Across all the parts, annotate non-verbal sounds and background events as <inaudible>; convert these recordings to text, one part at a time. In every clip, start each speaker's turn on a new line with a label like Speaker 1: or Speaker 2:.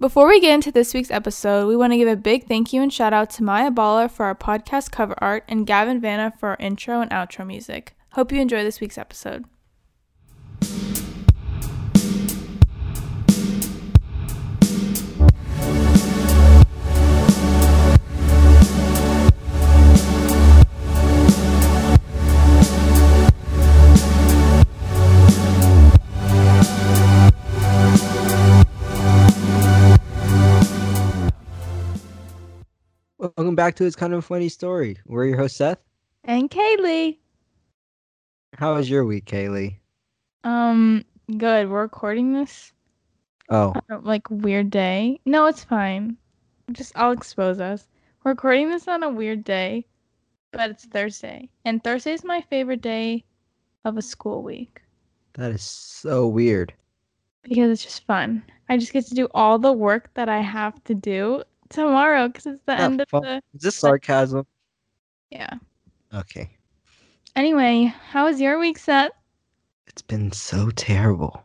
Speaker 1: Before we get into this week's episode, we want to give a big thank you and shout out to Maya Balla for our podcast cover art and Gavin Vanna for our intro and outro music. Hope you enjoy this week's episode.
Speaker 2: Welcome back to It's Kind of a Funny Story. We're your host, Seth.
Speaker 1: And Kaylee.
Speaker 2: How was your week, Kaylee?
Speaker 1: Um, good. We're recording this
Speaker 2: Oh,
Speaker 1: on a, like weird day. No, it's fine. Just I'll expose us. We're recording this on a weird day, but it's Thursday. And Thursday's my favorite day of a school week.
Speaker 2: that is so weird.
Speaker 1: because it's just fun. I just get to do all the work that I have to do tomorrow because it's the
Speaker 2: Not
Speaker 1: end of
Speaker 2: fun.
Speaker 1: the
Speaker 2: Is this sarcasm?
Speaker 1: yeah.
Speaker 2: Okay.
Speaker 1: Anyway, how was your week, Seth?
Speaker 2: It's been so terrible.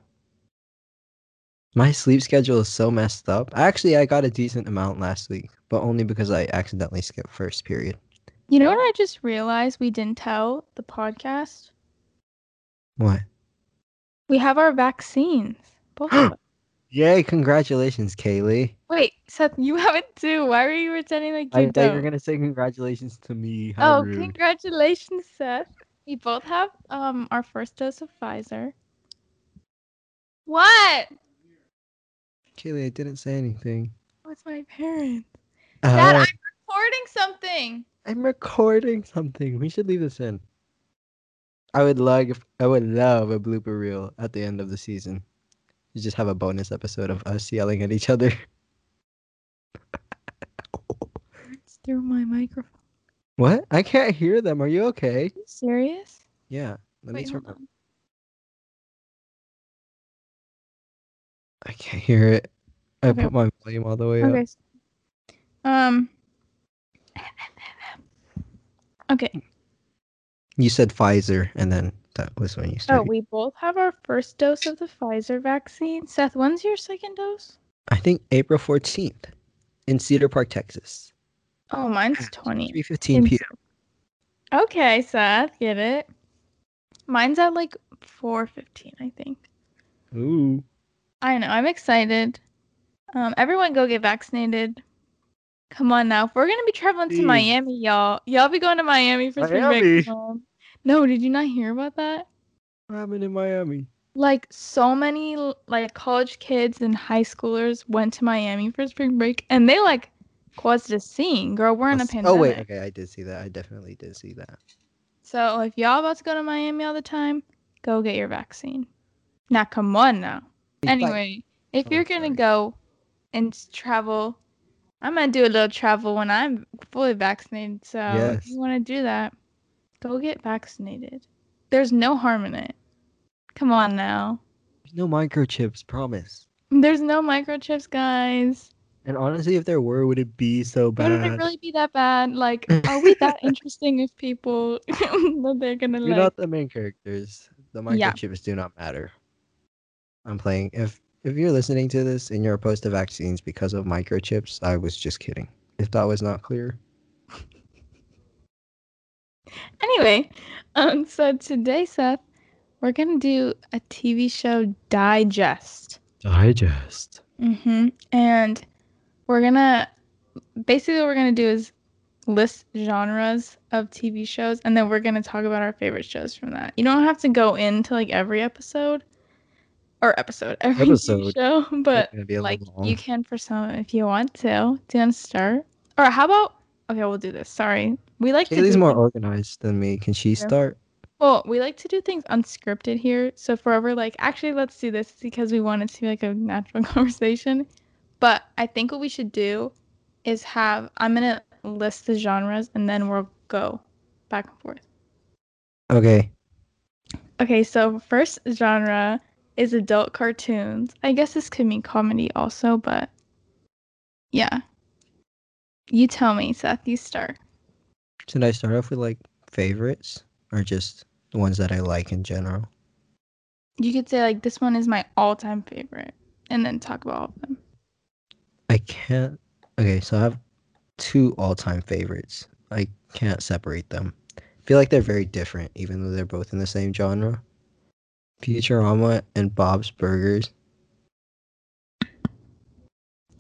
Speaker 2: My sleep schedule is so messed up. Actually, I got a decent amount last week, but only because I accidentally skipped first period.
Speaker 1: You know what I just realized we didn't tell the podcast?
Speaker 2: What?
Speaker 1: We have our vaccines. Both of
Speaker 2: <gasps>
Speaker 1: us.
Speaker 2: Yay, congratulations, Kaylee.
Speaker 1: Wait, Seth, you have it too. Why were you pretending like
Speaker 2: I
Speaker 1: you
Speaker 2: thought you were
Speaker 1: don't?
Speaker 2: going to say congratulations to me. How
Speaker 1: Oh,
Speaker 2: rude.
Speaker 1: congratulations, Seth. We both have um our first dose of Pfizer. What?
Speaker 2: Kaylee, I didn't say anything.
Speaker 1: What's my parents? Dad,
Speaker 2: Oh.
Speaker 1: I'm recording something.
Speaker 2: I'm recording something. We should leave this in. I would love if, I would love a blooper reel at the end of the season. You just have a bonus episode of us yelling at each other. <laughs>
Speaker 1: It's through my microphone.
Speaker 2: What? I can't hear them. Are you okay?
Speaker 1: you serious?
Speaker 2: Yeah. Let me
Speaker 1: Wait,
Speaker 2: turn.
Speaker 1: hold on.
Speaker 2: I can't hear it. I
Speaker 1: Okay.
Speaker 2: put my volume all the way
Speaker 1: Okay.
Speaker 2: up.
Speaker 1: s- Um. Okay.
Speaker 2: You said Pfizer, and then that was when you
Speaker 1: Oh,
Speaker 2: started.
Speaker 1: we both have our first dose of the Pfizer vaccine. Seth, when's your second dose?
Speaker 2: I think April fourteenth, in Cedar Park, Texas,
Speaker 1: Oh,
Speaker 2: Ah,
Speaker 1: mine's twenty.
Speaker 2: three
Speaker 1: In-
Speaker 2: fifteen p.m.
Speaker 1: Okay, Seth, get it. Mine's at like four fifteen, I think.
Speaker 2: Ooh.
Speaker 1: I know. I'm excited. Um, everyone go get vaccinated. Come on now. If we're gonna be traveling to
Speaker 2: Please.
Speaker 1: Miami, y'all. Y'all be going to Miami for spring
Speaker 2: Miami.
Speaker 1: break. Um, No, did you not hear about that?
Speaker 2: What happened in Miami?
Speaker 1: Like so many l- like college kids and high schoolers went to Miami for spring break, and they like caused a scene. Girl, we're in a
Speaker 2: Let's-
Speaker 1: pandemic.
Speaker 2: oh wait, okay, I did see that. I definitely did see that.
Speaker 1: So if y'all about to go to Miami all the time, go get your vaccine. Now come on now.
Speaker 2: Big fight.
Speaker 1: Anyway, if
Speaker 2: Oh,
Speaker 1: you're gonna
Speaker 2: sorry.
Speaker 1: go and s- travel, I'm gonna do a little travel when I'm fully vaccinated. So if
Speaker 2: Yes.
Speaker 1: you want to do that, go get vaccinated. There's no harm in it. Come on now.
Speaker 2: No microchips, promise.
Speaker 1: There's no microchips, guys.
Speaker 2: And honestly, if there were, would it be so bad?
Speaker 1: Would it really be that bad? Like, are we that interesting if people <laughs> that they're gonna
Speaker 2: You're
Speaker 1: like?
Speaker 2: not the main characters. The
Speaker 1: Yeah.
Speaker 2: microchips do not matter. I'm playing. If if you're listening to this and you're opposed to vaccines because of microchips, I was just kidding. If that was not clear,
Speaker 1: Anyway, um, so today, Seth, we're gonna do a TV show digest.
Speaker 2: digest.
Speaker 1: Mm-hmm. And we're gonna basically what we're gonna do is list genres of TV shows, and then we're gonna talk about our favorite shows from that. You don't have to go into like every episode or episode, every TV
Speaker 2: Episode.
Speaker 1: show, <laughs> but
Speaker 2: gonna be a
Speaker 1: like
Speaker 2: little long.
Speaker 1: you can for some if you want to. Do you want to start? Or how about? Okay, we'll do this. Sorry, we like to
Speaker 2: Kaylee's
Speaker 1: do
Speaker 2: more organized than me. Can she
Speaker 1: Yeah.
Speaker 2: start?
Speaker 1: well, we like to do things unscripted here. So if we're ever like, actually, let's do this because we want it to be like a natural <laughs> conversation. But I think what we should do is have I'm gonna list the genres and then we'll go back and forth.
Speaker 2: Okay.
Speaker 1: Okay, so first genre is adult cartoons. I guess this could mean comedy also, but yeah. You tell me, Seth. You start.
Speaker 2: Should I start off with like favorites or just the ones that I like in general?
Speaker 1: You could say like this one is my all-time favorite, and then talk about all of them.
Speaker 2: can't. Okay, so I have two all-time favorites. I can't separate them. I feel like they're very different, even though they're both in the same genre. Futurama and Bob's Burgers.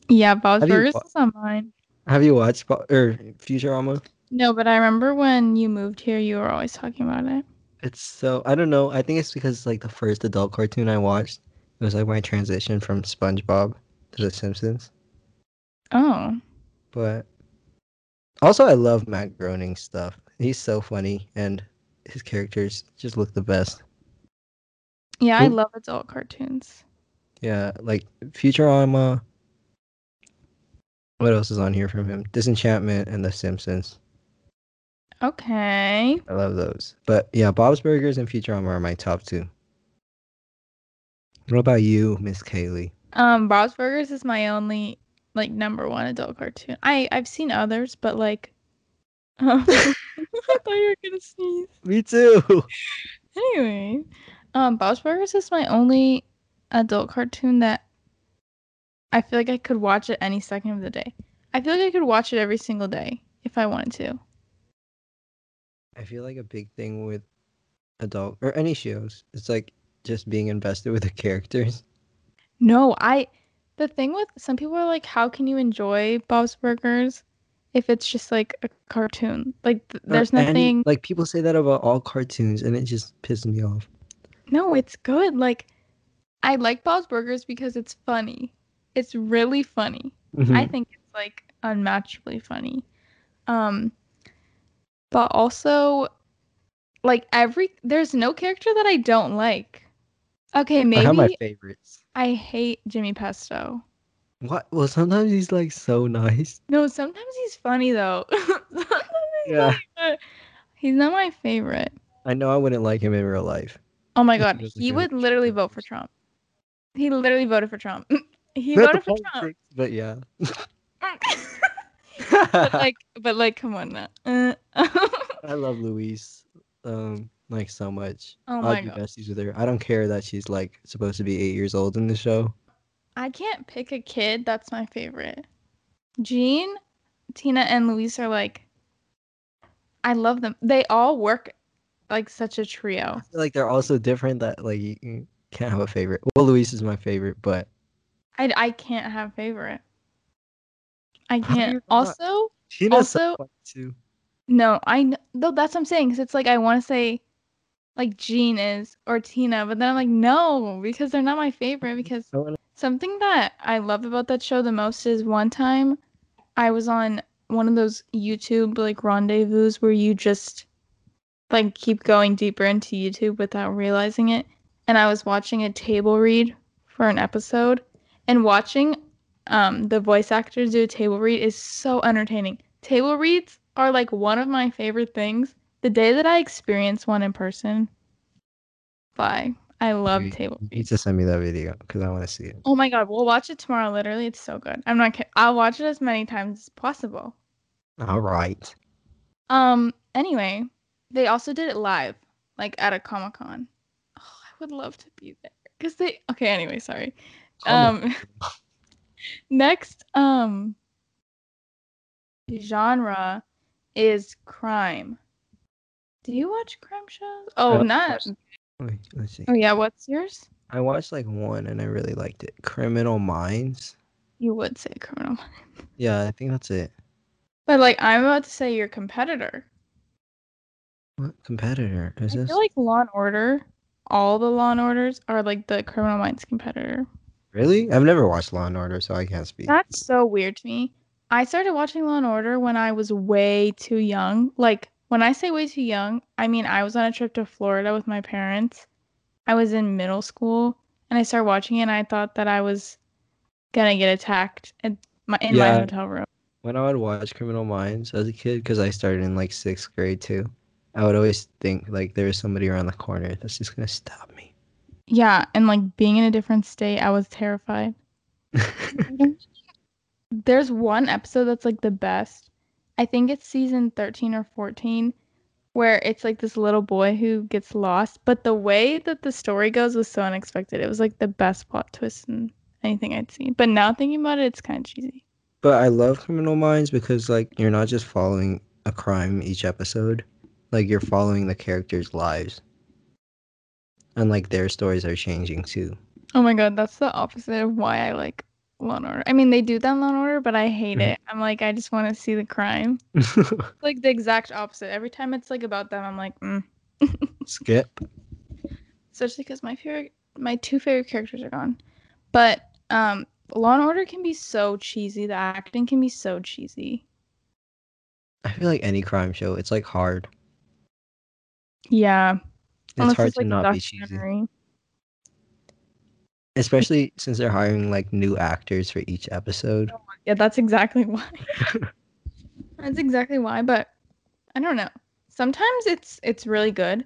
Speaker 1: Yeah, Bob's
Speaker 2: Have you
Speaker 1: Burgers
Speaker 2: wa-
Speaker 1: is on mine.
Speaker 2: Have you watched Bo- or Futurama?
Speaker 1: No, but I remember when you moved here, you were always talking about it.
Speaker 2: It's so I don't know. I think it's because like the first adult cartoon I watched it was like my transition from SpongeBob to The Simpsons.
Speaker 1: Oh,
Speaker 2: But also, I love Matt Groening stuff. He's so funny, and his characters just look the best.
Speaker 1: yeah, I
Speaker 2: Who-
Speaker 1: love adult cartoons.
Speaker 2: Yeah, like Futurama. What else is on here from him? Disenchantment and The Simpsons.
Speaker 1: Okay.
Speaker 2: I love those. But yeah, Bob's Burgers and Futurama are my top two. What about you, Miss Kaylee?
Speaker 1: Um, Bob's Burgers is my only like number one adult cartoon. I I've seen others, but like, <laughs> um, I thought you were gonna sneeze.
Speaker 2: Me too. <laughs>
Speaker 1: Anyway, um, Bob's Burgers is my only adult cartoon that I feel like I could watch at any second of the day. I feel like I could watch it every single day if I wanted to.
Speaker 2: I feel like a big thing with adult or any shows, it's like just being invested with the characters.
Speaker 1: No, I. The thing with some people are like, how can you enjoy Bob's Burgers if it's just like a cartoon? Like, th-
Speaker 2: Uh,
Speaker 1: <laughs> there's
Speaker 2: and,
Speaker 1: nothing.
Speaker 2: like people say that about all cartoons, and it just pisses me off.
Speaker 1: No, it's good. Like, I like Bob's Burgers because it's funny. It's really funny.
Speaker 2: Mm-hmm. Hmm.
Speaker 1: I think it's like unmatchably funny. Um, but also, like every there's no character that I don't like. Okay,
Speaker 2: I have my
Speaker 1: maybe
Speaker 2: favorites.
Speaker 1: I hate Jimmy Pesto.
Speaker 2: What? Well, sometimes he's like so nice.
Speaker 1: No, sometimes he's funny though. <laughs> Sometimes he's
Speaker 2: Yeah.
Speaker 1: funny, but he's not my favorite.
Speaker 2: I know I wouldn't like him in real life.
Speaker 1: Oh my
Speaker 2: If he
Speaker 1: god,
Speaker 2: doesn't
Speaker 1: he
Speaker 2: go to
Speaker 1: would
Speaker 2: the
Speaker 1: literally
Speaker 2: Super
Speaker 1: vote for Trump. He literally voted for Trump. <laughs> he
Speaker 2: Not the
Speaker 1: voted for Trump.
Speaker 2: politics, but yeah.
Speaker 1: <laughs> but like, but like, come on <laughs> now. Uh,
Speaker 2: <laughs> I love Louise, um, like so much.
Speaker 1: oh
Speaker 2: I'll
Speaker 1: my
Speaker 2: be
Speaker 1: god,
Speaker 2: besties with her. I don't care that she's like supposed to be eight years old in the show.
Speaker 1: I can't pick a kid that's my favorite. Jean, Tina, and Luis are like, I love them. They all work like such a trio.
Speaker 2: I feel like they're all so different that like you you can't have a favorite. Well, Louise is my favorite, but
Speaker 1: I I can't have favorite. I
Speaker 2: How do you
Speaker 1: can't.
Speaker 2: not?
Speaker 1: Also,
Speaker 2: Tina's so
Speaker 1: Also-
Speaker 2: funny too.
Speaker 1: no, I kn- though that's what I'm saying because it's like I want to say, like Jean is or Tina, but then I'm like no because they're not my favorite because
Speaker 2: I wanna-
Speaker 1: Something that I love about that show the most is one time I was on one of those YouTube like rendezvous where you just like keep going deeper into YouTube without realizing it. And I was watching a table read for an episode and watching um, the voice actors do a table read is so entertaining. Table reads are like one of my favorite things. The day that I experience one in person, bye. I love
Speaker 2: You-
Speaker 1: table
Speaker 2: You need
Speaker 1: reads.
Speaker 2: to send me that video because I want to see it.
Speaker 1: Oh my god, we'll watch it tomorrow. Literally, it's so good. I'm not kidding. I'll watch it as many times as possible.
Speaker 2: All right.
Speaker 1: Um. Anyway, they also did it live, like at a comic con. Oh, I would love to be there because they. Okay. Anyway, sorry. Um. <laughs> next, um, genre is crime. Do you watch crime shows? Oh,
Speaker 2: Uh,
Speaker 1: not.
Speaker 2: Wait, let's see.
Speaker 1: Oh yeah. What's yours?
Speaker 2: I watched like one and I really liked it. Criminal Minds.
Speaker 1: You would say criminal, Minds.
Speaker 2: Yeah, I think that's it.
Speaker 1: but like I'm about to say your competitor.
Speaker 2: What competitor is
Speaker 1: I
Speaker 2: this?
Speaker 1: feel like Law and Order, all the Law and Orders are like the Criminal Minds competitor.
Speaker 2: really? I've never watched Law and Order, so I can't speak.
Speaker 1: That's so weird to me. I started watching Law and Order when I was way too young. Like when I say way too young, I mean I was on a trip to Florida with my parents. I was in middle school and I started watching it and I thought that I was gonna get attacked at my in my
Speaker 2: Yeah.
Speaker 1: hotel room.
Speaker 2: when I would watch Criminal Minds as a kid, because I started in like sixth grade too, I would always think like there was somebody around the corner that's just gonna stab me.
Speaker 1: Yeah, and like being in a different state, I was terrified. There's one episode that's like the best. I think it's season 13 or 14 where it's like this little boy who gets lost, but the way that the story goes was so unexpected. It was like the best plot twist and anything I'd seen. But now thinking about it, it's kind of cheesy.
Speaker 2: But I love Criminal Minds because like you're not just following a crime each episode, like you're following the characters' lives, and like their stories are changing too.
Speaker 1: Oh my god, that's the opposite of why I like Law and Order. I mean, they do that in Law and Order, but I hate
Speaker 2: Mhm.
Speaker 1: it. I'm like, I just want to see the
Speaker 2: <laughs>
Speaker 1: crime. It's like the exact opposite. Every time it's like about them, I'm like, mm.
Speaker 2: Skip.
Speaker 1: especially because my favorite, my two favorite characters are gone. But um, Law and Order can be so cheesy. The acting can be so cheesy.
Speaker 2: I feel like any crime show, it's like hard.
Speaker 1: Yeah,
Speaker 2: It's hard to not be cheesy, especially since they're hiring like new actors for each episode.
Speaker 1: Yeah, that's exactly <laughs>
Speaker 2: <laughs>
Speaker 1: why. that's exactly why, but I don't know. Sometimes it's it's really good,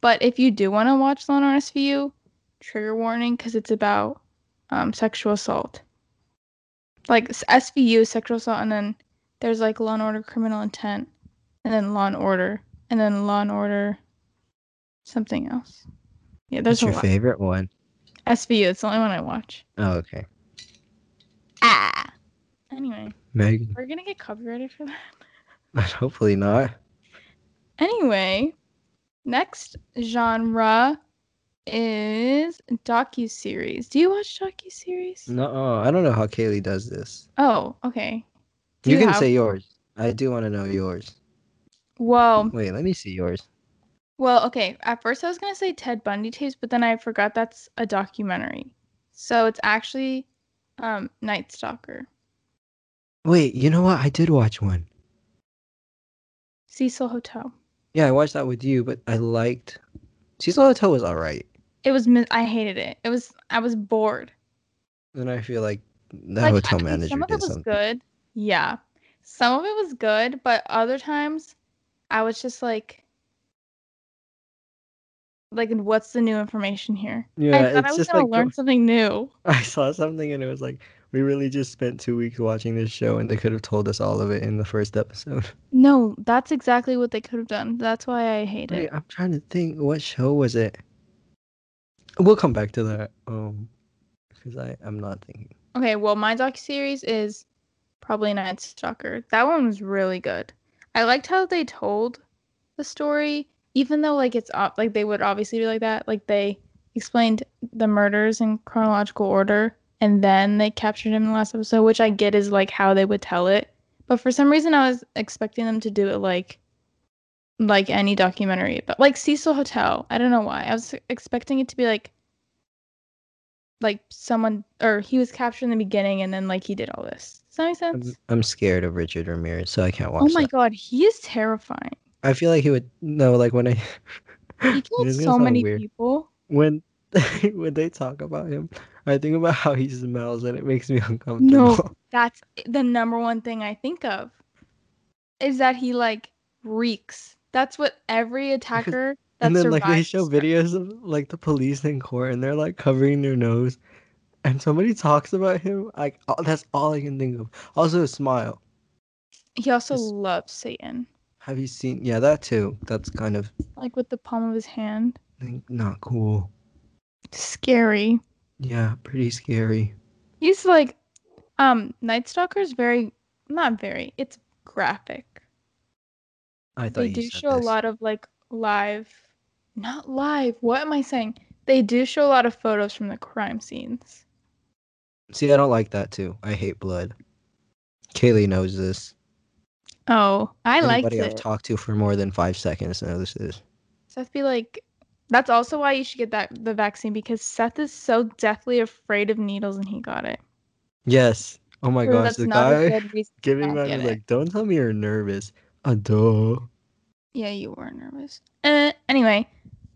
Speaker 1: but if you do want to watch Law and SVU, trigger warning because it's about um, sexual assault. Like s- SVU, is sexual assault, and then there's like Law and Order, criminal intent, and then Law and Order, and then Law and Order, something else. Yeah, there's
Speaker 2: What's
Speaker 1: a
Speaker 2: your
Speaker 1: lot.
Speaker 2: favorite one?
Speaker 1: SVU. It's the only one I watch.
Speaker 2: Oh, okay.
Speaker 1: Ah. Anyway,
Speaker 2: Megan. <laughs>
Speaker 1: we're gonna get copyrighted for that.
Speaker 2: Hopefully not.
Speaker 1: Anyway, next genre is docuseries. Do you watch docuseries?
Speaker 2: No, I don't know how Kaylee does this.
Speaker 1: Oh, okay. Do
Speaker 2: You,
Speaker 1: you
Speaker 2: can
Speaker 1: have-
Speaker 2: say yours. I do want to know yours.
Speaker 1: Whoa.
Speaker 2: Wait, let me see yours.
Speaker 1: Well, okay. At first, I was gonna say Ted Bundy tapes, but then I forgot that's a documentary. So it's actually um, Night Stalker.
Speaker 2: Wait, you know what? I did watch one.
Speaker 1: Cecil Hotel.
Speaker 2: Yeah, I watched that with you, but I liked. Cecil Hotel was alright.
Speaker 1: It was. mi- I hated it. It was. I was bored.
Speaker 2: Then I feel like that
Speaker 1: Like,
Speaker 2: hotel
Speaker 1: I mean,
Speaker 2: manager
Speaker 1: some of it
Speaker 2: did
Speaker 1: was
Speaker 2: something.
Speaker 1: good yeah some of it was good but other times i was just like like what's the new information here
Speaker 2: Yeah,
Speaker 1: i thought i
Speaker 2: it's
Speaker 1: was
Speaker 2: just
Speaker 1: gonna
Speaker 2: like
Speaker 1: learn something new
Speaker 2: <laughs> I saw something and it was like we really just spent two weeks watching this show and they could have told us all of it in the first episode.
Speaker 1: no that's exactly what they could have done that's why i hate
Speaker 2: Wait,
Speaker 1: it
Speaker 2: I'm trying to think. What show was it? We'll come back to that. Um, because I I'm not thinking.
Speaker 1: okay well my docuseries is probably night stalker that one was really good i liked how they told the story even though like it's ob- like they would obviously be like that like they explained the murders in chronological order and then they captured him in the last episode which i get is like how they would tell it but for some reason i was expecting them to do it like like any documentary but like cecil hotel i don't know why i was expecting it to be like like someone or he was captured in the beginning and then like he did all this does that make
Speaker 2: I'm,
Speaker 1: sense
Speaker 2: I'm scared of Richard Ramirez, so I can't watch
Speaker 1: oh my
Speaker 2: that.
Speaker 1: god he is terrifying
Speaker 2: I feel like he would no, like when I <laughs>
Speaker 1: he
Speaker 2: This
Speaker 1: killed
Speaker 2: is gonna
Speaker 1: so
Speaker 2: sound
Speaker 1: many
Speaker 2: weird.
Speaker 1: people
Speaker 2: when <laughs> when they talk about him, I think about how he smells and it makes me <laughs> uncomfortable.
Speaker 1: that's the number one thing I think of is that he like reeks. That's what every attacker that
Speaker 2: <laughs> and then like they
Speaker 1: survives
Speaker 2: show
Speaker 1: describes.
Speaker 2: videos of like the police in court and they're like covering their nose, and somebody talks about him. Like oh, that's all I can think of. Also, smile.
Speaker 1: <laughs> He also
Speaker 2: It's-
Speaker 1: loves Satan,
Speaker 2: Have you seen? Yeah, that too. That's kind of
Speaker 1: like with the palm of his hand.
Speaker 2: not cool.
Speaker 1: Scary.
Speaker 2: Yeah, pretty scary.
Speaker 1: He's like, um, Night Stalker is very, not very. It's graphic.
Speaker 2: I thought
Speaker 1: they
Speaker 2: you
Speaker 1: do
Speaker 2: said
Speaker 1: show
Speaker 2: this.
Speaker 1: a lot of like live not live what am i saying they do show a lot of photos from the crime scenes
Speaker 2: See, I don't like that too. I hate blood. Kaylee knows this.
Speaker 1: oh i liked
Speaker 2: Anybody
Speaker 1: it
Speaker 2: I've talked to for more than five seconds knows this.
Speaker 1: Seth be like, that's also why you should get that the vaccine because Seth is so deathly afraid of needles and he got it.
Speaker 2: Yes. Oh my
Speaker 1: So
Speaker 2: gosh,
Speaker 1: that's
Speaker 2: the
Speaker 1: not a
Speaker 2: guy
Speaker 1: good reason.
Speaker 2: <laughs> giving
Speaker 1: not
Speaker 2: that
Speaker 1: get
Speaker 2: was
Speaker 1: it.
Speaker 2: like, "Don't tell me you're nervous." Uh, duh.
Speaker 1: Yeah, you were nervous. Uh, anyway,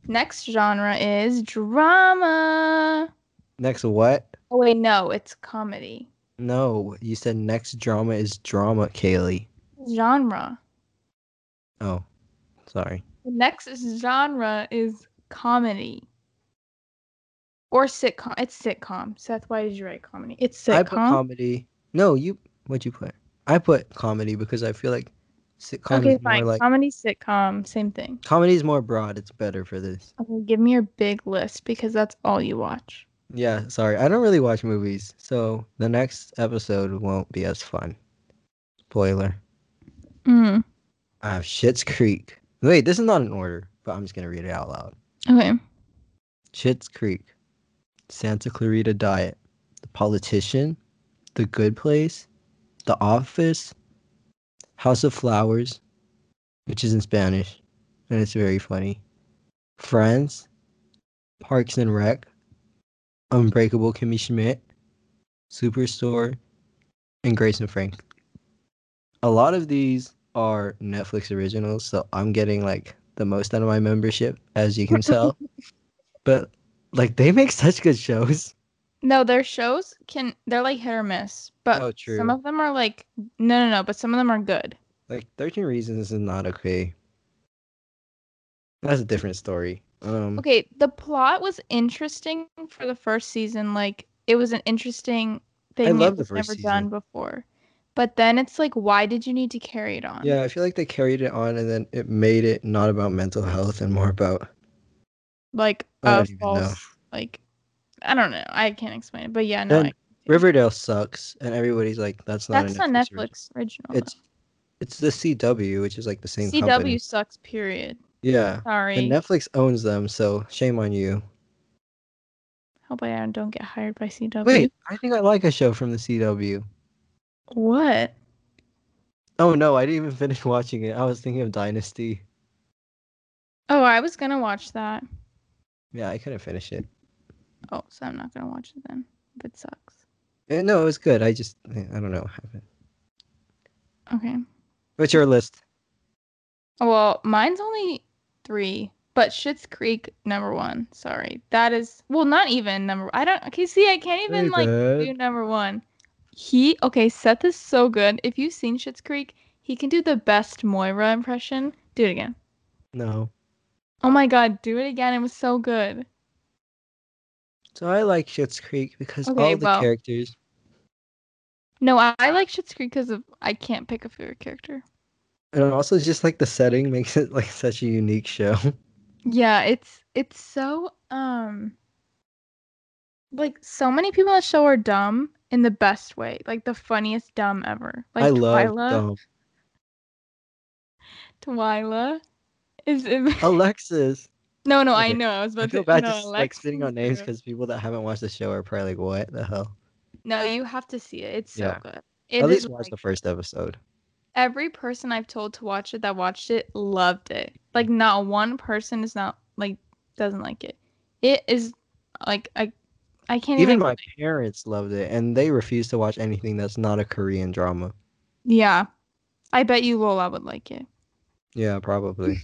Speaker 1: next genre is drama.
Speaker 2: Next what?
Speaker 1: Oh wait, no, it's comedy
Speaker 2: No, you said next drama is drama, Kaylee.
Speaker 1: genre.
Speaker 2: Oh, sorry.
Speaker 1: The next genre is comedy or sitcom. It's sitcom. Seth, why did you write comedy? It's
Speaker 2: I put
Speaker 1: sitcom.
Speaker 2: comedy. No, you. What'd you put? I put comedy because I feel like sitcom
Speaker 1: okay,
Speaker 2: is more
Speaker 1: fine. Um,
Speaker 2: like
Speaker 1: comedy, sitcom, same thing.
Speaker 2: comedy is more broad. It's better for this.
Speaker 1: Okay, give me your big list because that's all you watch.
Speaker 2: Yeah, sorry. I don't really watch movies, so the next episode won't be as fun. Spoiler.
Speaker 1: Mm.
Speaker 2: I have Shit's Creek. Wait, this is not in order, but I'm just gonna read it out loud.
Speaker 1: Okay.
Speaker 2: Shit's Creek, Santa Clarita Diet, The Politician, The Good Place, The Office, House of Flowers, which is in Spanish, and it's very funny. Friends, Parks and Rec, Unbreakable Kimmy Schmidt, Superstore, and Grace and Frank. A lot of these are Netflix originals, so I'm getting like the most out of my membership, as you can tell. but like they make such good shows.
Speaker 1: No, their shows can they're like hit or miss, but
Speaker 2: Oh, true.
Speaker 1: some of them are like no, no, no, but some of them are good.
Speaker 2: Like Thirteen Reasons is not okay. That's a different story. Um,
Speaker 1: Okay, the plot was interesting for the first season. Like it was an interesting thing that
Speaker 2: love the
Speaker 1: was
Speaker 2: first
Speaker 1: never
Speaker 2: season.
Speaker 1: done before. But then it's like, why did you need to carry it on?
Speaker 2: Yeah, I feel like they carried it on, and then it made it not about mental health and more about
Speaker 1: Like
Speaker 2: I
Speaker 1: a
Speaker 2: don't even know.
Speaker 1: false like I don't know. I can't explain it. But yeah, no,
Speaker 2: And
Speaker 1: I-
Speaker 2: Riverdale sucks, and everybody's like, "That's not." a
Speaker 1: that's not
Speaker 2: original."
Speaker 1: Netflix original.
Speaker 2: It's it's the CW, which is like the
Speaker 1: though.
Speaker 2: same
Speaker 1: CW
Speaker 2: company.
Speaker 1: sucks, period.
Speaker 2: Yeah,
Speaker 1: Sorry.
Speaker 2: and Netflix owns them, so shame on you.
Speaker 1: Hope I don't get hired by CW.
Speaker 2: Wait, I think I like a show from the CW.
Speaker 1: What?
Speaker 2: Oh no, I didn't even <laughs> finish watching it. I was thinking of Dynasty.
Speaker 1: Oh, I was gonna watch that.
Speaker 2: Yeah, I couldn't finish it.
Speaker 1: Oh, so I'm not gonna watch it then. If it sucks.
Speaker 2: Eh, No, it was good. I just I don't know what happened.
Speaker 1: Okay.
Speaker 2: What's your list?
Speaker 1: Well, mine's only three, but Schitt's Creek number one. Sorry, that is well, not even number. I don't. Okay, see, I can't even
Speaker 2: Hey,
Speaker 1: like
Speaker 2: bud.
Speaker 1: do number one. He okay. Seth is so good. If you've seen Schitt's Creek, he can do the best Moira impression. Do it again.
Speaker 2: No.
Speaker 1: Oh my God, do it again. It was so good.
Speaker 2: So I like Schitt's Creek because
Speaker 1: Okay,
Speaker 2: all the
Speaker 1: well.
Speaker 2: characters.
Speaker 1: No, I, I like Schitt's Creek because of I can't pick a favorite character.
Speaker 2: And also just like the setting makes it like such a unique show. <laughs>
Speaker 1: Yeah, it's it's so um like so many people on the show are dumb in the best way, like the funniest dumb ever. Like
Speaker 2: I love
Speaker 1: Twyla,
Speaker 2: dumb.
Speaker 1: Twyla is, is
Speaker 2: Alexis.
Speaker 1: <laughs> no, no, I
Speaker 2: Okay.
Speaker 1: know. I was about
Speaker 2: I feel
Speaker 1: to
Speaker 2: bad
Speaker 1: no,
Speaker 2: just like sitting
Speaker 1: Alexis
Speaker 2: on names
Speaker 1: too.
Speaker 2: because people that haven't watched the show are probably like, "What the hell?"
Speaker 1: no, you have to see it. It's so
Speaker 2: Yeah.
Speaker 1: good. It
Speaker 2: At
Speaker 1: is
Speaker 2: least watch
Speaker 1: like,
Speaker 2: the first episode.
Speaker 1: every person I've told to watch it that watched it loved it. Like not one person is not like doesn't like it. It is like I I can't
Speaker 2: Even
Speaker 1: even,
Speaker 2: my parents loved it, and they refuse to watch anything that's not a Korean drama.
Speaker 1: yeah. I bet you Lola would like it.
Speaker 2: Yeah,
Speaker 1: <laughs>
Speaker 2: probably.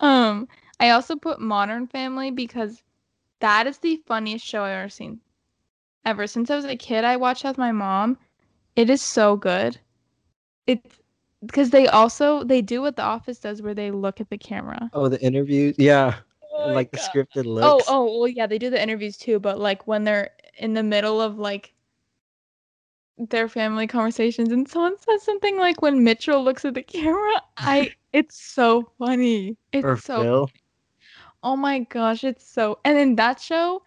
Speaker 1: Um, I also put Modern Family because that is the funniest show I've ever seen. Ever since I was a kid, I watched that with my mom. It is so good. It's because they also they do what The Office does, where they look at the camera.
Speaker 2: oh, the interviews. Yeah, and, like the scripted
Speaker 1: Oh,
Speaker 2: looks.
Speaker 1: oh, well, yeah, they do the interviews too, but like when they're in the middle of like their family conversations, and someone says something like when Mitchell looks at the <laughs> camera, I it's so funny. It's
Speaker 2: or
Speaker 1: so
Speaker 2: Phil.
Speaker 1: Oh my gosh, it's so. And in that show,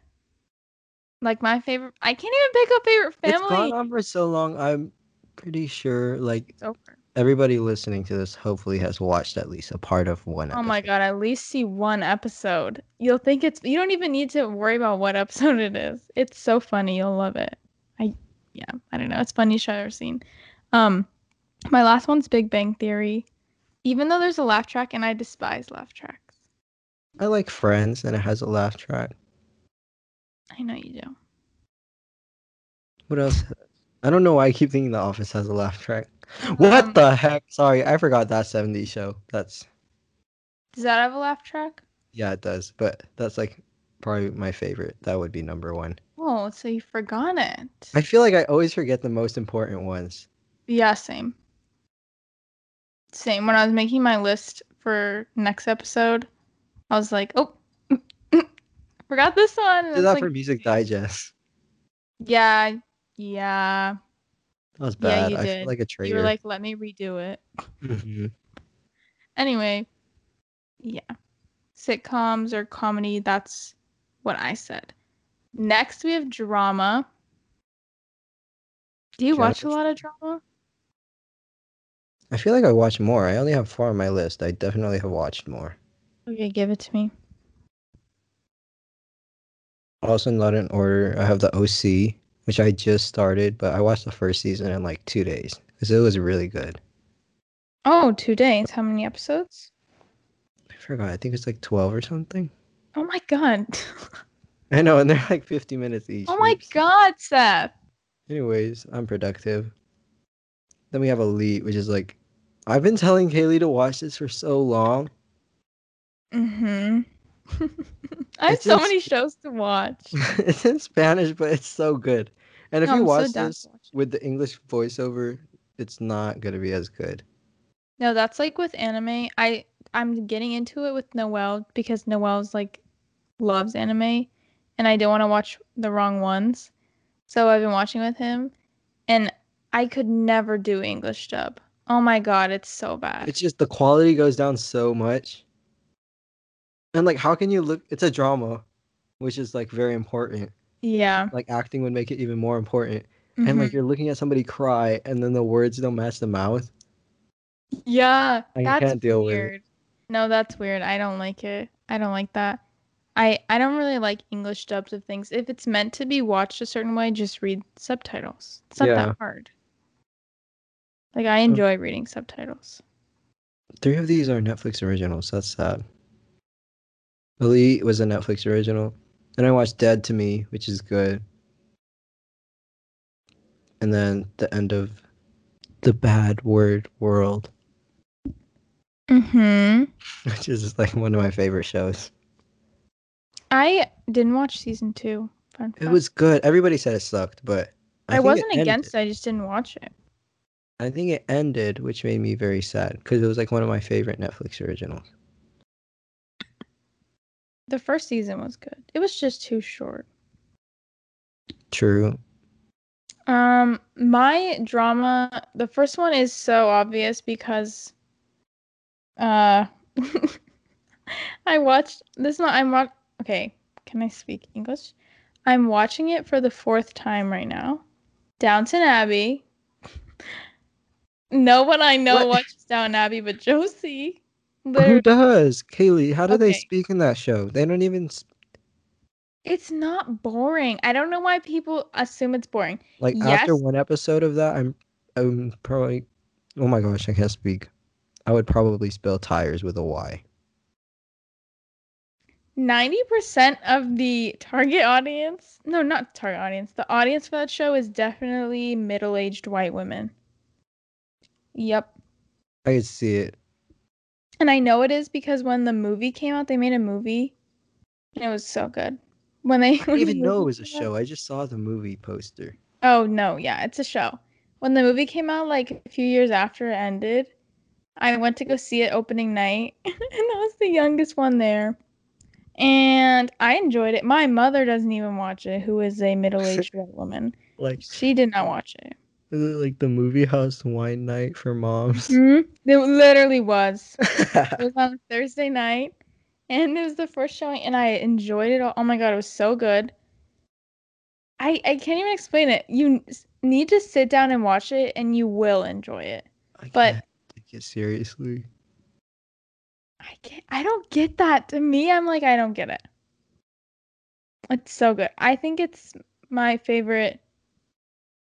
Speaker 1: like my favorite, I can't even pick a favorite
Speaker 2: It's gone
Speaker 1: family.
Speaker 2: on for so long. I'm pretty sure like
Speaker 1: It's over.
Speaker 2: everybody listening to this hopefully has watched at least a part of one.
Speaker 1: Oh my
Speaker 2: episode.
Speaker 1: god, at least see one episode. You'll think it's. You don't even need to worry about what episode it is. It's so funny. You'll love it. I, yeah, I don't know. It's funny show I've ever seen. Um, my last one's Big Bang Theory. Even though there's a laugh track, and I despise laugh tracks.
Speaker 2: I like Friends, and it has a laugh track.
Speaker 1: I know you do.
Speaker 2: What else? I don't know why I keep thinking The Office has a laugh track. What
Speaker 1: Um,
Speaker 2: the heck? Sorry, I forgot that 70s show. That's
Speaker 1: Does that have a laugh track?
Speaker 2: yeah, it does. But that's like probably my favorite. That would be number one.
Speaker 1: Oh, so you forgot it.
Speaker 2: I feel like I always forget the most important ones.
Speaker 1: Yeah, same. Same. When I was making my list for next episode, I was like, oh, <laughs> forgot this one. And
Speaker 2: Did
Speaker 1: it's
Speaker 2: that
Speaker 1: like,
Speaker 2: for Music Digest.
Speaker 1: yeah, yeah.
Speaker 2: That was
Speaker 1: Yeah,
Speaker 2: bad.
Speaker 1: you
Speaker 2: I
Speaker 1: did.
Speaker 2: feel like a traitor.
Speaker 1: You were like, let me redo it.
Speaker 2: Mhm.
Speaker 1: Anyway, yeah. Sitcoms or comedy, that's what I said. Next, we have drama. Do you
Speaker 2: Drama.
Speaker 1: watch a lot of drama?
Speaker 2: I feel like I watch more. I only have four on my list. I definitely have watched more.
Speaker 1: Okay, give it to me.
Speaker 2: Also, not in order. I have the OC, which I just started, but I watched the first season in like two days because it was really good.
Speaker 1: Oh, two days. How many episodes?
Speaker 2: I forgot. I think it's like twelve or something. <laughs>
Speaker 1: Oh my god. <laughs>
Speaker 2: I know, and they're like fifty minutes each.
Speaker 1: oh my
Speaker 2: Oops.
Speaker 1: god, Seth.
Speaker 2: Anyways, I'm productive. Then we have Elite, which is like, I've been telling Kaylee to watch this for so long. <laughs>
Speaker 1: Mm-hmm. <laughs> I have
Speaker 2: It's
Speaker 1: so
Speaker 2: in
Speaker 1: many shows to watch.
Speaker 2: it's in Spanish, but it's so good. And if
Speaker 1: No,
Speaker 2: you
Speaker 1: I'm so
Speaker 2: watch
Speaker 1: down to
Speaker 2: this
Speaker 1: watch it.
Speaker 2: with the English voiceover, it's not gonna be as good.
Speaker 1: No, that's like with anime. I I'm getting into it with Noelle because Noelle's like loves anime, and I don't want to watch the wrong ones. So I've been watching with him, and I could never do English dub. Oh my god, it's so bad.
Speaker 2: It's just the quality goes down so much. And like, how can you look? It's a drama, which is like very important.
Speaker 1: yeah.
Speaker 2: Like acting would make it even more important.
Speaker 1: mhm.
Speaker 2: And like, you're looking at somebody cry, and then the words don't match the mouth.
Speaker 1: Yeah,
Speaker 2: I
Speaker 1: that's
Speaker 2: can't deal with it.
Speaker 1: weird. No, that's weird. I don't like it. I don't like that. I I don't really like English dubs of things. If it's meant to be watched a certain way, just read subtitles. It's not
Speaker 2: Yeah. Oh.
Speaker 1: that hard. Like I enjoy reading subtitles.
Speaker 2: Three of these are Netflix originals. That's sad. Elite was a Netflix original. And I watched Dead to Me, which is good. And then the end of The Bad Word World, <laughs>
Speaker 1: Mhm.
Speaker 2: which is just, like one of my favorite shows.
Speaker 1: I didn't watch season 2. Fun
Speaker 2: It
Speaker 1: fact.
Speaker 2: was good. Everybody said it sucked, but
Speaker 1: I,
Speaker 2: think it
Speaker 1: wasn't
Speaker 2: ended-
Speaker 1: against it. I just didn't watch it.
Speaker 2: I think it ended, which made me very sad because it was like one of my favorite Netflix originals.
Speaker 1: The first season was good. It was just too short.
Speaker 2: True.
Speaker 1: Um, my drama, the first one is so obvious because uh <laughs> I watched this one I'm wa- okay, can I speak English? I'm watching it for the fourth time right now. Downton Abbey. <laughs> no one I know
Speaker 2: What?
Speaker 1: watches Downton Abbey but Josie.
Speaker 2: Who
Speaker 1: Literally,
Speaker 2: does? Kaylee, how do they
Speaker 1: Okay.
Speaker 2: speak in that show? They don't even s-
Speaker 1: it's not boring. I don't know why people assume it's boring.
Speaker 2: Like after
Speaker 1: Yes.
Speaker 2: one episode of that, I'm I'm probably oh my gosh, I can't speak. I would probably spell tires with a Y.
Speaker 1: 90% of the target audience, no, not target audience, the audience for that show is definitely middle aged white women. Yep.
Speaker 2: I could see it.
Speaker 1: And I know it is because when the movie came out, they made a movie and it was so good. When they <laughs>
Speaker 2: I
Speaker 1: when
Speaker 2: didn't
Speaker 1: the
Speaker 2: even know it
Speaker 1: movie
Speaker 2: was a
Speaker 1: came out-
Speaker 2: show. I just saw the movie poster.
Speaker 1: Oh, no, yeah, it's a show. When the movie came out, like a few years after it ended, I went to go see it opening night, <laughs> and I was the youngest one there. And I enjoyed it. My mother doesn't even watch it, who is a middle aged white woman.
Speaker 2: Like
Speaker 1: She did not watch it.
Speaker 2: is it like the movie house wine night for
Speaker 1: <laughs>
Speaker 2: moms. <laughs>
Speaker 1: It literally was. It
Speaker 2: I
Speaker 1: was on Thursday night, and it was the first showing, and I enjoyed it all. Oh my god, it was so good. I I can't even explain it. You n- s- need to sit down and watch it, and you will enjoy it. But-
Speaker 2: can't take it seriously.
Speaker 1: I can't, I don't get that. To me, I'm like I don't get it. It's so good. I think it's my favorite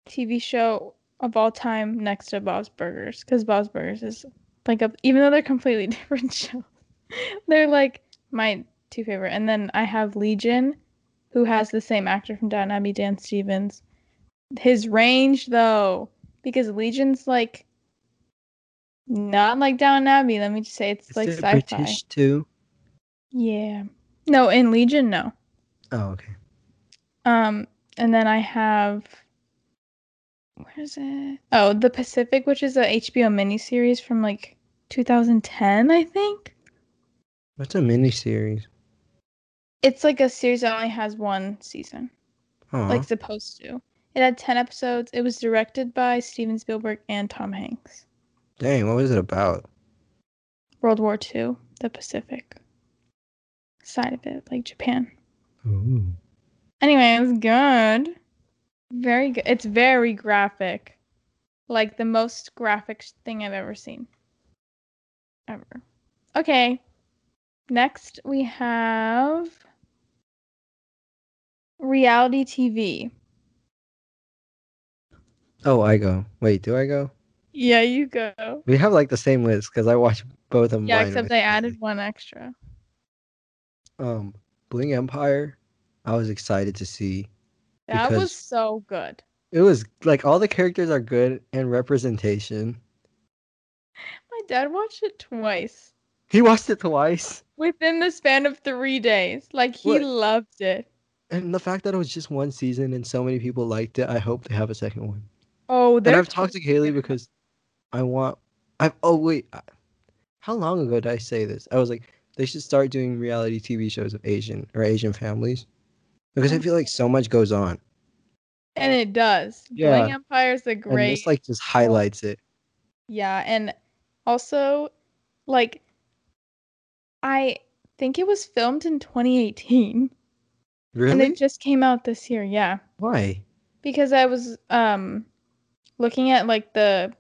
Speaker 1: TV show of all time, next to Bob's Burgers, because Bob's Burgers is like a, even though they're completely <laughs> different shows, they're like my two favorite. And then I have Legion, who has the same actor from Downton Abbey, Dan Stevens. His range though, because Legion's like not like Downton Abbey. Let me just say it's
Speaker 2: Is
Speaker 1: like
Speaker 2: it
Speaker 1: sci-fi.
Speaker 2: British too?
Speaker 1: Yeah. No, in Legion, no.
Speaker 2: Oh okay.
Speaker 1: Um, and then I have where is it? Oh, The Pacific, which is a HBO miniseries from like 2010, I think.
Speaker 2: What's a miniseries?
Speaker 1: It's like a series that only has one season,
Speaker 2: Oh
Speaker 1: like supposed to. It had 10 episodes. It was directed by Steven Spielberg and Tom Hanks.
Speaker 2: dang, what was it about?
Speaker 1: World War II, The Pacific side of it, like Japan.
Speaker 2: Ooh.
Speaker 1: Anyway, it's good. Very good. It's very graphic. Like the most graphic sh- thing I've ever seen. Ever. Okay. Next we have reality TV.
Speaker 2: Oh, I go. Wait, do I go?
Speaker 1: Yeah, you go.
Speaker 2: We have like the same list because I watch both of them.
Speaker 1: Yeah,
Speaker 2: blind
Speaker 1: except
Speaker 2: with
Speaker 1: they
Speaker 2: you.
Speaker 1: added one extra.
Speaker 2: um Bling Empire. I was excited to see.
Speaker 1: That
Speaker 2: Because-
Speaker 1: was so good.
Speaker 2: It was like all the characters are good and representation.
Speaker 1: My dad watched it twice
Speaker 2: He watched it twice,
Speaker 1: within the span of three days. Like he
Speaker 2: What?
Speaker 1: loved it.
Speaker 2: and the fact that it was just one season and so many people liked it, I hope they have a second one.
Speaker 1: Oh,
Speaker 2: And
Speaker 1: they're
Speaker 2: I've talked to Kaylee because I want. I've oh wait, I- how long ago did I say this? I was like, they should start doing reality TV shows of Asian or Asian families because
Speaker 1: Oh.
Speaker 2: I feel like so much goes on,
Speaker 1: and it does.
Speaker 2: Yeah.
Speaker 1: Bling Empire's a
Speaker 2: and
Speaker 1: great
Speaker 2: this like just highlights it.
Speaker 1: Yeah, and also like I think it was filmed in 2018 and
Speaker 2: Really?
Speaker 1: it just came out this year. Yeah.
Speaker 2: Why?
Speaker 1: Because I was um looking at like the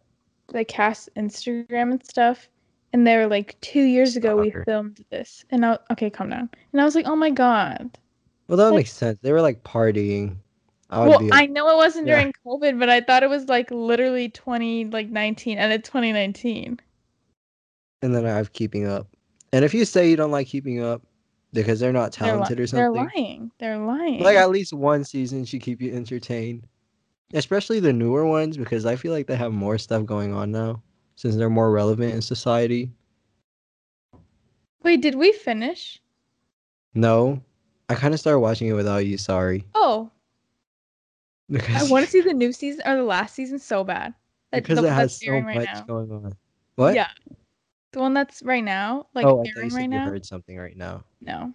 Speaker 1: the cast Instagram and stuff and they were like 2 years ago we
Speaker 2: Stalker.
Speaker 1: filmed this. And I okay, calm down. And I was like, "Oh my god."
Speaker 2: Well, that
Speaker 1: Like-
Speaker 2: makes sense. They were like partying. I would
Speaker 1: well,
Speaker 2: be.
Speaker 1: I know it wasn't
Speaker 2: Yeah.
Speaker 1: during COVID, but I thought it was like literally 20 like 19 and it's 2019.
Speaker 2: and then I have keeping up. And if you say you don't like keeping up because they're not
Speaker 1: They're li-
Speaker 2: talented
Speaker 1: They're
Speaker 2: or something,
Speaker 1: lying. They're lying.
Speaker 2: like at least one season should keep you entertained. Especially the newer ones because I feel like they have more stuff going on now since they're more relevant in society.
Speaker 1: Wait, did we finish?
Speaker 2: No, I kind of started watching it without you. Sorry, <laughs>
Speaker 1: Oh, I
Speaker 2: because
Speaker 1: want to see the new season or the last season so bad. That-
Speaker 2: because
Speaker 1: the
Speaker 2: it
Speaker 1: one
Speaker 2: has
Speaker 1: that's
Speaker 2: so
Speaker 1: airing
Speaker 2: much
Speaker 1: right now.
Speaker 2: going on. What?
Speaker 1: Yeah, the one that's right now, like
Speaker 2: oh, I thought you
Speaker 1: airing
Speaker 2: said
Speaker 1: right
Speaker 2: you
Speaker 1: now.
Speaker 2: heard something right now.
Speaker 1: No,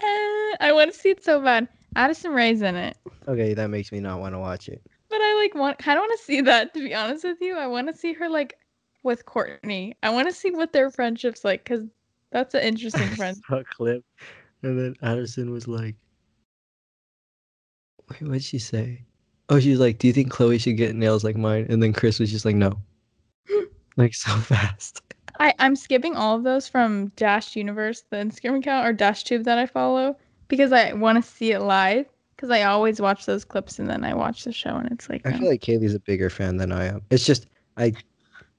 Speaker 1: Eh, I want to see it so bad. Addison Rae's in it,
Speaker 2: Okay, that makes me not want to watch it.
Speaker 1: but I like want kind of want to see that. To be honest with you, I want to see her like with Courtney. I want to see what their friendship's like because that's an
Speaker 2: <laughs>
Speaker 1: interesting friend.
Speaker 2: saw a clip, and then Addison was like, "Wait, what'd she say?" Oh, she's like, "Do you think Chloe should get nails like mine?" And then Chris was just like, <gasps> "No," like so fast.
Speaker 1: I, I'm skipping all of those from Dash Universe, the Instagram account, or Dash Tube that I follow because I want to see it live. Because I always watch those clips and then I watch the show and it's like, um,
Speaker 2: I
Speaker 1: no.
Speaker 2: feel like Kaylee's a bigger fan than I am. It's just I,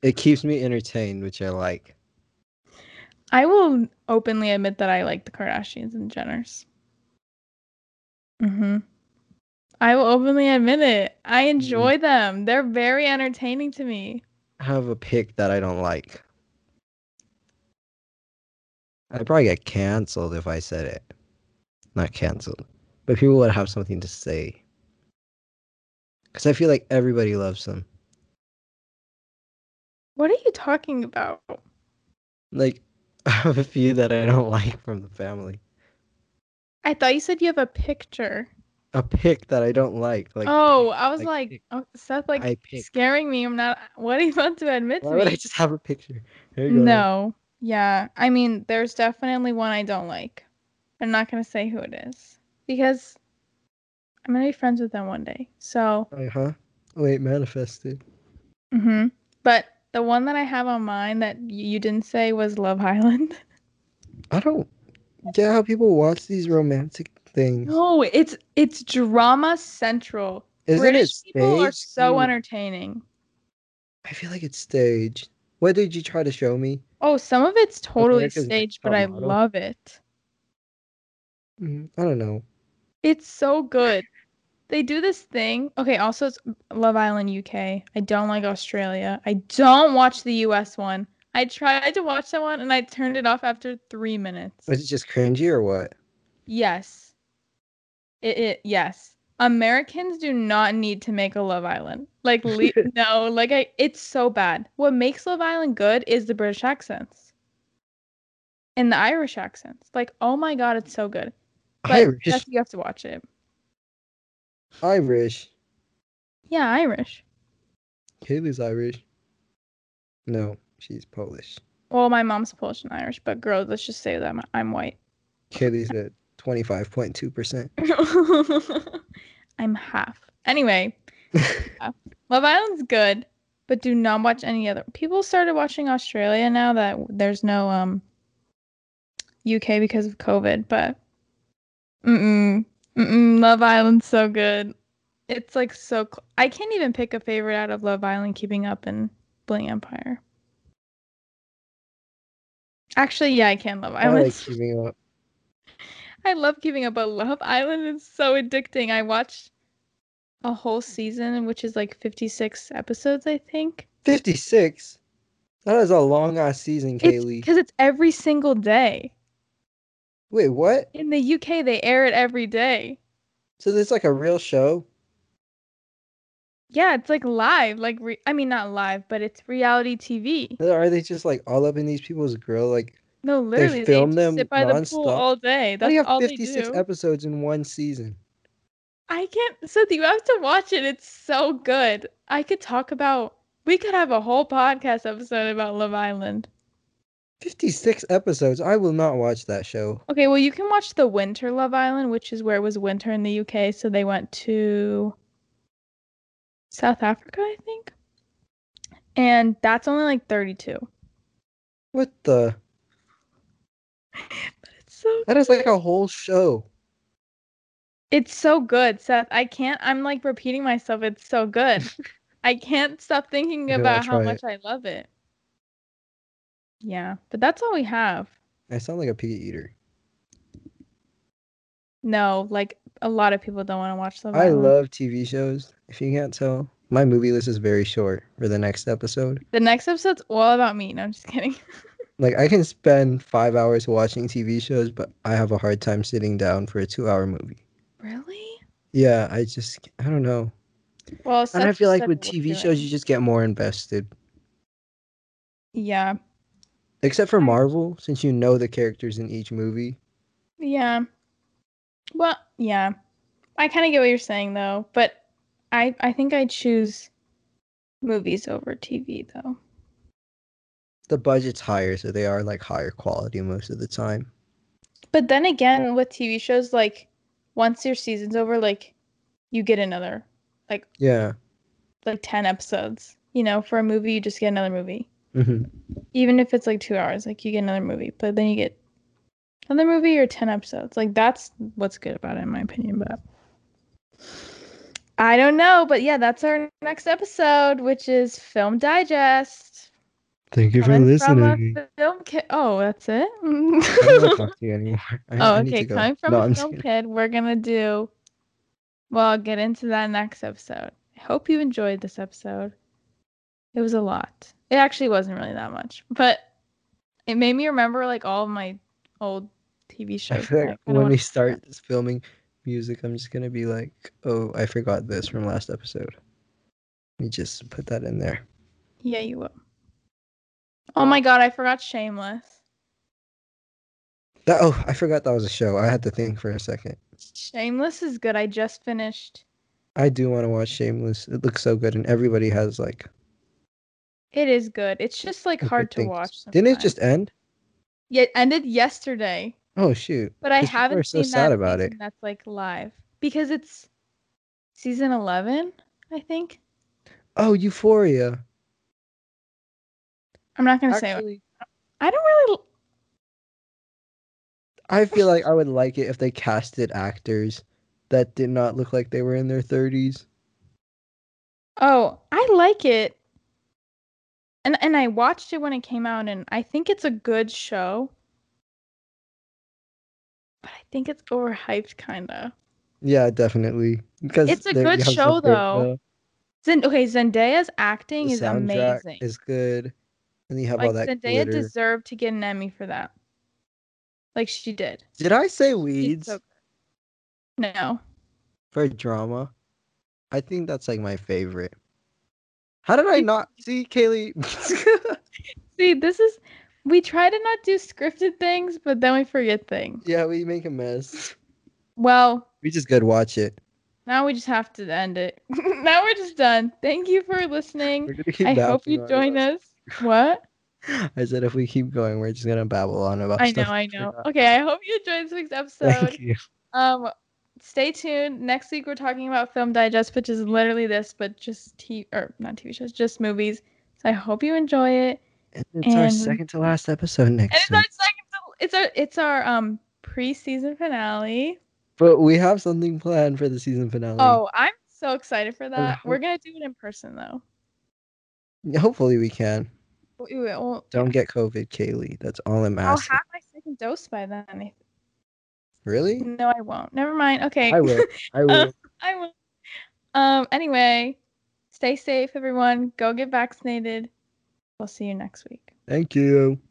Speaker 2: it keeps me entertained, which I like.
Speaker 1: I will openly admit that I like the Kardashians and Jenners. Mm-hmm. I will openly admit it. I
Speaker 2: Mm-hmm.
Speaker 1: enjoy them. They're very entertaining to me.
Speaker 2: I have a pick that I don't like. I'd probably get canceled if I said it. Not canceled, but people would have something to say. Because I feel like everybody loves them.
Speaker 1: What are you talking about?
Speaker 2: Like, <laughs> I have a few that I don't like from the family.
Speaker 1: I thought you said you have a picture.
Speaker 2: A pick that I don't like. Like,
Speaker 1: oh, I was
Speaker 2: like,
Speaker 1: like,
Speaker 2: pick.
Speaker 1: oh, Seth, like
Speaker 2: I pick.
Speaker 1: scaring me. I'm not. What are you about to admit
Speaker 2: Why
Speaker 1: to
Speaker 2: would
Speaker 1: me?
Speaker 2: I just have a picture? Here you go.
Speaker 1: No. Yeah. I mean, there's definitely one I don't like. I'm not going to say who it is because I'm going to be friends with them one day. So,
Speaker 2: Uh huh. Wait, manifested.
Speaker 1: hmm but the one that I have on mine that y- you didn't say was Love Island. <laughs>
Speaker 2: I don't get how people watch these romantic things.
Speaker 1: No, it's it's drama central.
Speaker 2: Isn't it
Speaker 1: British
Speaker 2: staged?
Speaker 1: people are so
Speaker 2: too?
Speaker 1: entertaining.
Speaker 2: I feel like it's staged. What did you try to show me?
Speaker 1: Oh, some of it's totally
Speaker 2: America's Next
Speaker 1: staged,
Speaker 2: Top
Speaker 1: but I
Speaker 2: Model.
Speaker 1: love it.
Speaker 2: Mm, I don't know.
Speaker 1: It's so good. They do this thing. Okay, also it's Love Island UK. I don't like Australia. I don't watch the US one. I tried to watch that one and I turned it off after three minutes.
Speaker 2: Was it just cringy or what?
Speaker 1: Yes. It, it yes. Americans do not need to make a Love Island. Like le- no, like I it's so bad. What makes Love Island good is the British accents. And the Irish accents. Like, oh my god, it's so good. But
Speaker 2: Irish.
Speaker 1: Jess, you have to watch it.
Speaker 2: Irish.
Speaker 1: Yeah, Irish.
Speaker 2: Kaylee's Irish. No, she's Polish.
Speaker 1: Well, my mom's Polish and Irish, but girl, let's just say that I'm, I'm white.
Speaker 2: Kaylee's a 25.2%.
Speaker 1: <laughs> I'm half.
Speaker 2: <laughs>
Speaker 1: Anyway, yeah. Love Island's good, but do not watch any other. People started watching Australia now that there's no um UK because of COVID, but mm mm Love Island's so good. It's like so. Cl- I can't even pick a favorite out of Love Island, Keeping Up, and Bling Empire. Actually, yeah, I can love.
Speaker 2: I
Speaker 1: Island.
Speaker 2: like keeping up.
Speaker 1: I love keeping up, but Love Island is so addicting. I watched a whole season, which is like 56 episodes, I think.
Speaker 2: 56? That is a long ass season, Kaylee.
Speaker 1: Because it's, every single day.
Speaker 2: Wait, what?
Speaker 1: In the UK, they air it every day.
Speaker 2: So this is like a real show?
Speaker 1: Yeah, it's like live. Like, re- I mean, not live, but it's reality TV.
Speaker 2: Are they just like all up in these people's grill? Like,
Speaker 1: No, literally, they,
Speaker 2: film
Speaker 1: just
Speaker 2: them
Speaker 1: sit by the pool
Speaker 2: nonstop.
Speaker 1: all day.
Speaker 2: how do
Speaker 1: That's
Speaker 2: you have
Speaker 1: all they
Speaker 2: 56
Speaker 1: do.
Speaker 2: episodes in one season?
Speaker 1: I can't. Seth, you have to watch it. It's so good. I could talk about. We could have a whole podcast episode about Love Island.
Speaker 2: 56 episodes. I will not watch that show.
Speaker 1: Okay, well, you can watch the Winter Love Island, which is where it was winter in the UK. So they went to South Africa, I think. And that's only like 32.
Speaker 2: What the?
Speaker 1: But it's so
Speaker 2: That is like a whole show.
Speaker 1: it's so good, Seth. I can't I'm like repeating myself. It's so
Speaker 2: <laughs>
Speaker 1: good. I can't stop thinking
Speaker 2: Yeah,
Speaker 1: about how
Speaker 2: try
Speaker 1: much I love it. Yeah, but that's all we have.
Speaker 2: I sound like a pig eater.
Speaker 1: No, like a lot of people don't want to watch Love
Speaker 2: I
Speaker 1: Island.
Speaker 2: love TV shows. If you can't tell, my movie list is very short for the next episode.
Speaker 1: the next episode's all about me. No, I'm just kidding. <laughs>
Speaker 2: Like, I can spend five hours watching TV shows, but I have a hard time sitting down for a two hour movie.
Speaker 1: really?
Speaker 2: Yeah, I just, I don't know.
Speaker 1: Well,
Speaker 2: And I
Speaker 1: Seth
Speaker 2: feel like
Speaker 1: said
Speaker 2: with
Speaker 1: what we're
Speaker 2: TV
Speaker 1: doing.
Speaker 2: shows, you just get more invested.
Speaker 1: Yeah.
Speaker 2: Except for Marvel, since you know the characters in each movie.
Speaker 1: Yeah. Well, yeah. I kind of get what you're saying though, but I I think I choose movies over TV though.
Speaker 2: The budget's higher, so they are like higher quality most of the time.
Speaker 1: But then again, with TV shows like once your season's over like you get another
Speaker 2: Yeah.
Speaker 1: like 10 episodes. You know, for a movie you just get another movie.
Speaker 2: hmm
Speaker 1: Even if it's like 2 hours, like you get another movie, but then you get another movie or 10 episodes. Like that's what's good about it in my opinion, but I don't know, but yeah, that's our next episode, which is Film Digest.
Speaker 2: Thank you
Speaker 1: Coming from a film kid. Oh, that's it.
Speaker 2: I don't want to
Speaker 1: <laughs>
Speaker 2: talk to you anymore. <laughs> I,
Speaker 1: oh,
Speaker 2: I need
Speaker 1: okay.
Speaker 2: to go.
Speaker 1: Coming from
Speaker 2: No,
Speaker 1: a
Speaker 2: I'm just
Speaker 1: film
Speaker 2: kidding.
Speaker 1: kid, we're gonna do. Well, I'll get into that next episode. I hope you enjoyed this episode. It was a lot. It actually wasn't really that much, but it made me remember like all of my old TV
Speaker 2: I
Speaker 1: shows.
Speaker 2: feel
Speaker 1: I
Speaker 2: like
Speaker 1: kinda
Speaker 2: when
Speaker 1: wanna-
Speaker 2: we start this filming music, I'm just gonna be like, "Oh, I forgot this from last episode." Let me just put that in there.
Speaker 1: Yeah, you will. Oh my god, I forgot Shameless.
Speaker 2: That oh, I forgot that was a show. I had to think for a second.
Speaker 1: Shameless is good. I just finished.
Speaker 2: I do want to watch Shameless. It looks so good, and everybody has like
Speaker 1: It is good. It's just like
Speaker 2: good
Speaker 1: hard to
Speaker 2: things.
Speaker 1: watch.
Speaker 2: Didn't it
Speaker 1: sometimes.
Speaker 2: just end?
Speaker 1: Yeah, it ended yesterday.
Speaker 2: Oh shoot!
Speaker 1: But I
Speaker 2: 'Cause people are
Speaker 1: haven't
Speaker 2: so
Speaker 1: seen
Speaker 2: sad
Speaker 1: that
Speaker 2: about
Speaker 1: season
Speaker 2: it.
Speaker 1: That's like live because it's season eleven, I think.
Speaker 2: Oh, Euphoria.
Speaker 1: I'm not gonna say.
Speaker 2: Actually,
Speaker 1: I don't really.
Speaker 2: I feel like I would like it if they casted actors that did not look like they were in their 30s.
Speaker 1: Oh, I like it. And and I watched it when it came out, and I think it's a good show. But I think it's overhyped, kinda.
Speaker 2: Yeah, definitely. Because
Speaker 1: It's a
Speaker 2: they-
Speaker 1: good
Speaker 2: you have
Speaker 1: show,
Speaker 2: Zendaya.
Speaker 1: though. Zen- okay, Zendaya's
Speaker 2: The
Speaker 1: acting is
Speaker 2: soundtrack
Speaker 1: amazing.
Speaker 2: is good, and you have all
Speaker 1: like
Speaker 2: that
Speaker 1: Zendaya
Speaker 2: glitter.
Speaker 1: deserved to get an Emmy for that. Like she did.
Speaker 2: Did I say
Speaker 1: She's
Speaker 2: weeds
Speaker 1: so good. No.
Speaker 2: for drama? I think that's like my favorite. How did I
Speaker 1: You-
Speaker 2: not see Kaylee? <laughs>
Speaker 1: See, this is we try to not do scripted things, but then we forget things.
Speaker 2: yeah, we make a mess.
Speaker 1: Well,
Speaker 2: We just good watch it.
Speaker 1: now we just have to end it. <laughs> now we're just done. Thank you for listening.
Speaker 2: We're gonna keep
Speaker 1: I hope you
Speaker 2: babbling on
Speaker 1: join
Speaker 2: about-
Speaker 1: us. What?
Speaker 2: <laughs> I said if we keep going, we're just gonna babble on about.
Speaker 1: I know,
Speaker 2: stuff
Speaker 1: I
Speaker 2: we
Speaker 1: know.
Speaker 2: forgot.
Speaker 1: Okay, I hope you enjoyed this week's episode.
Speaker 2: <laughs> Thank you.
Speaker 1: Um, stay tuned. Next week we're talking about Film Digest, which is literally this, but just TV or not TV shows, just movies. So I hope you enjoy it.
Speaker 2: And it's our
Speaker 1: And-
Speaker 2: second to last episode
Speaker 1: And
Speaker 2: next
Speaker 1: it's our
Speaker 2: week.
Speaker 1: second. to- It's our it's our um preseason finale.
Speaker 2: But we have something planned for the season finale.
Speaker 1: Oh, I'm so excited for that. We're
Speaker 2: hope-
Speaker 1: gonna do it in person though.
Speaker 2: Hopefully we can.
Speaker 1: We- we- we'll-
Speaker 2: Don't get COVID, Kaylee. That's all I'm
Speaker 1: I'll
Speaker 2: asking.
Speaker 1: have my second dose by then. I-
Speaker 2: really?
Speaker 1: No, I won't. Never mind. Okay, <laughs>
Speaker 2: I will. I will.
Speaker 1: I will. Um. Anyway, stay safe, everyone. Go get vaccinated. We'll see you next week.
Speaker 2: Thank you.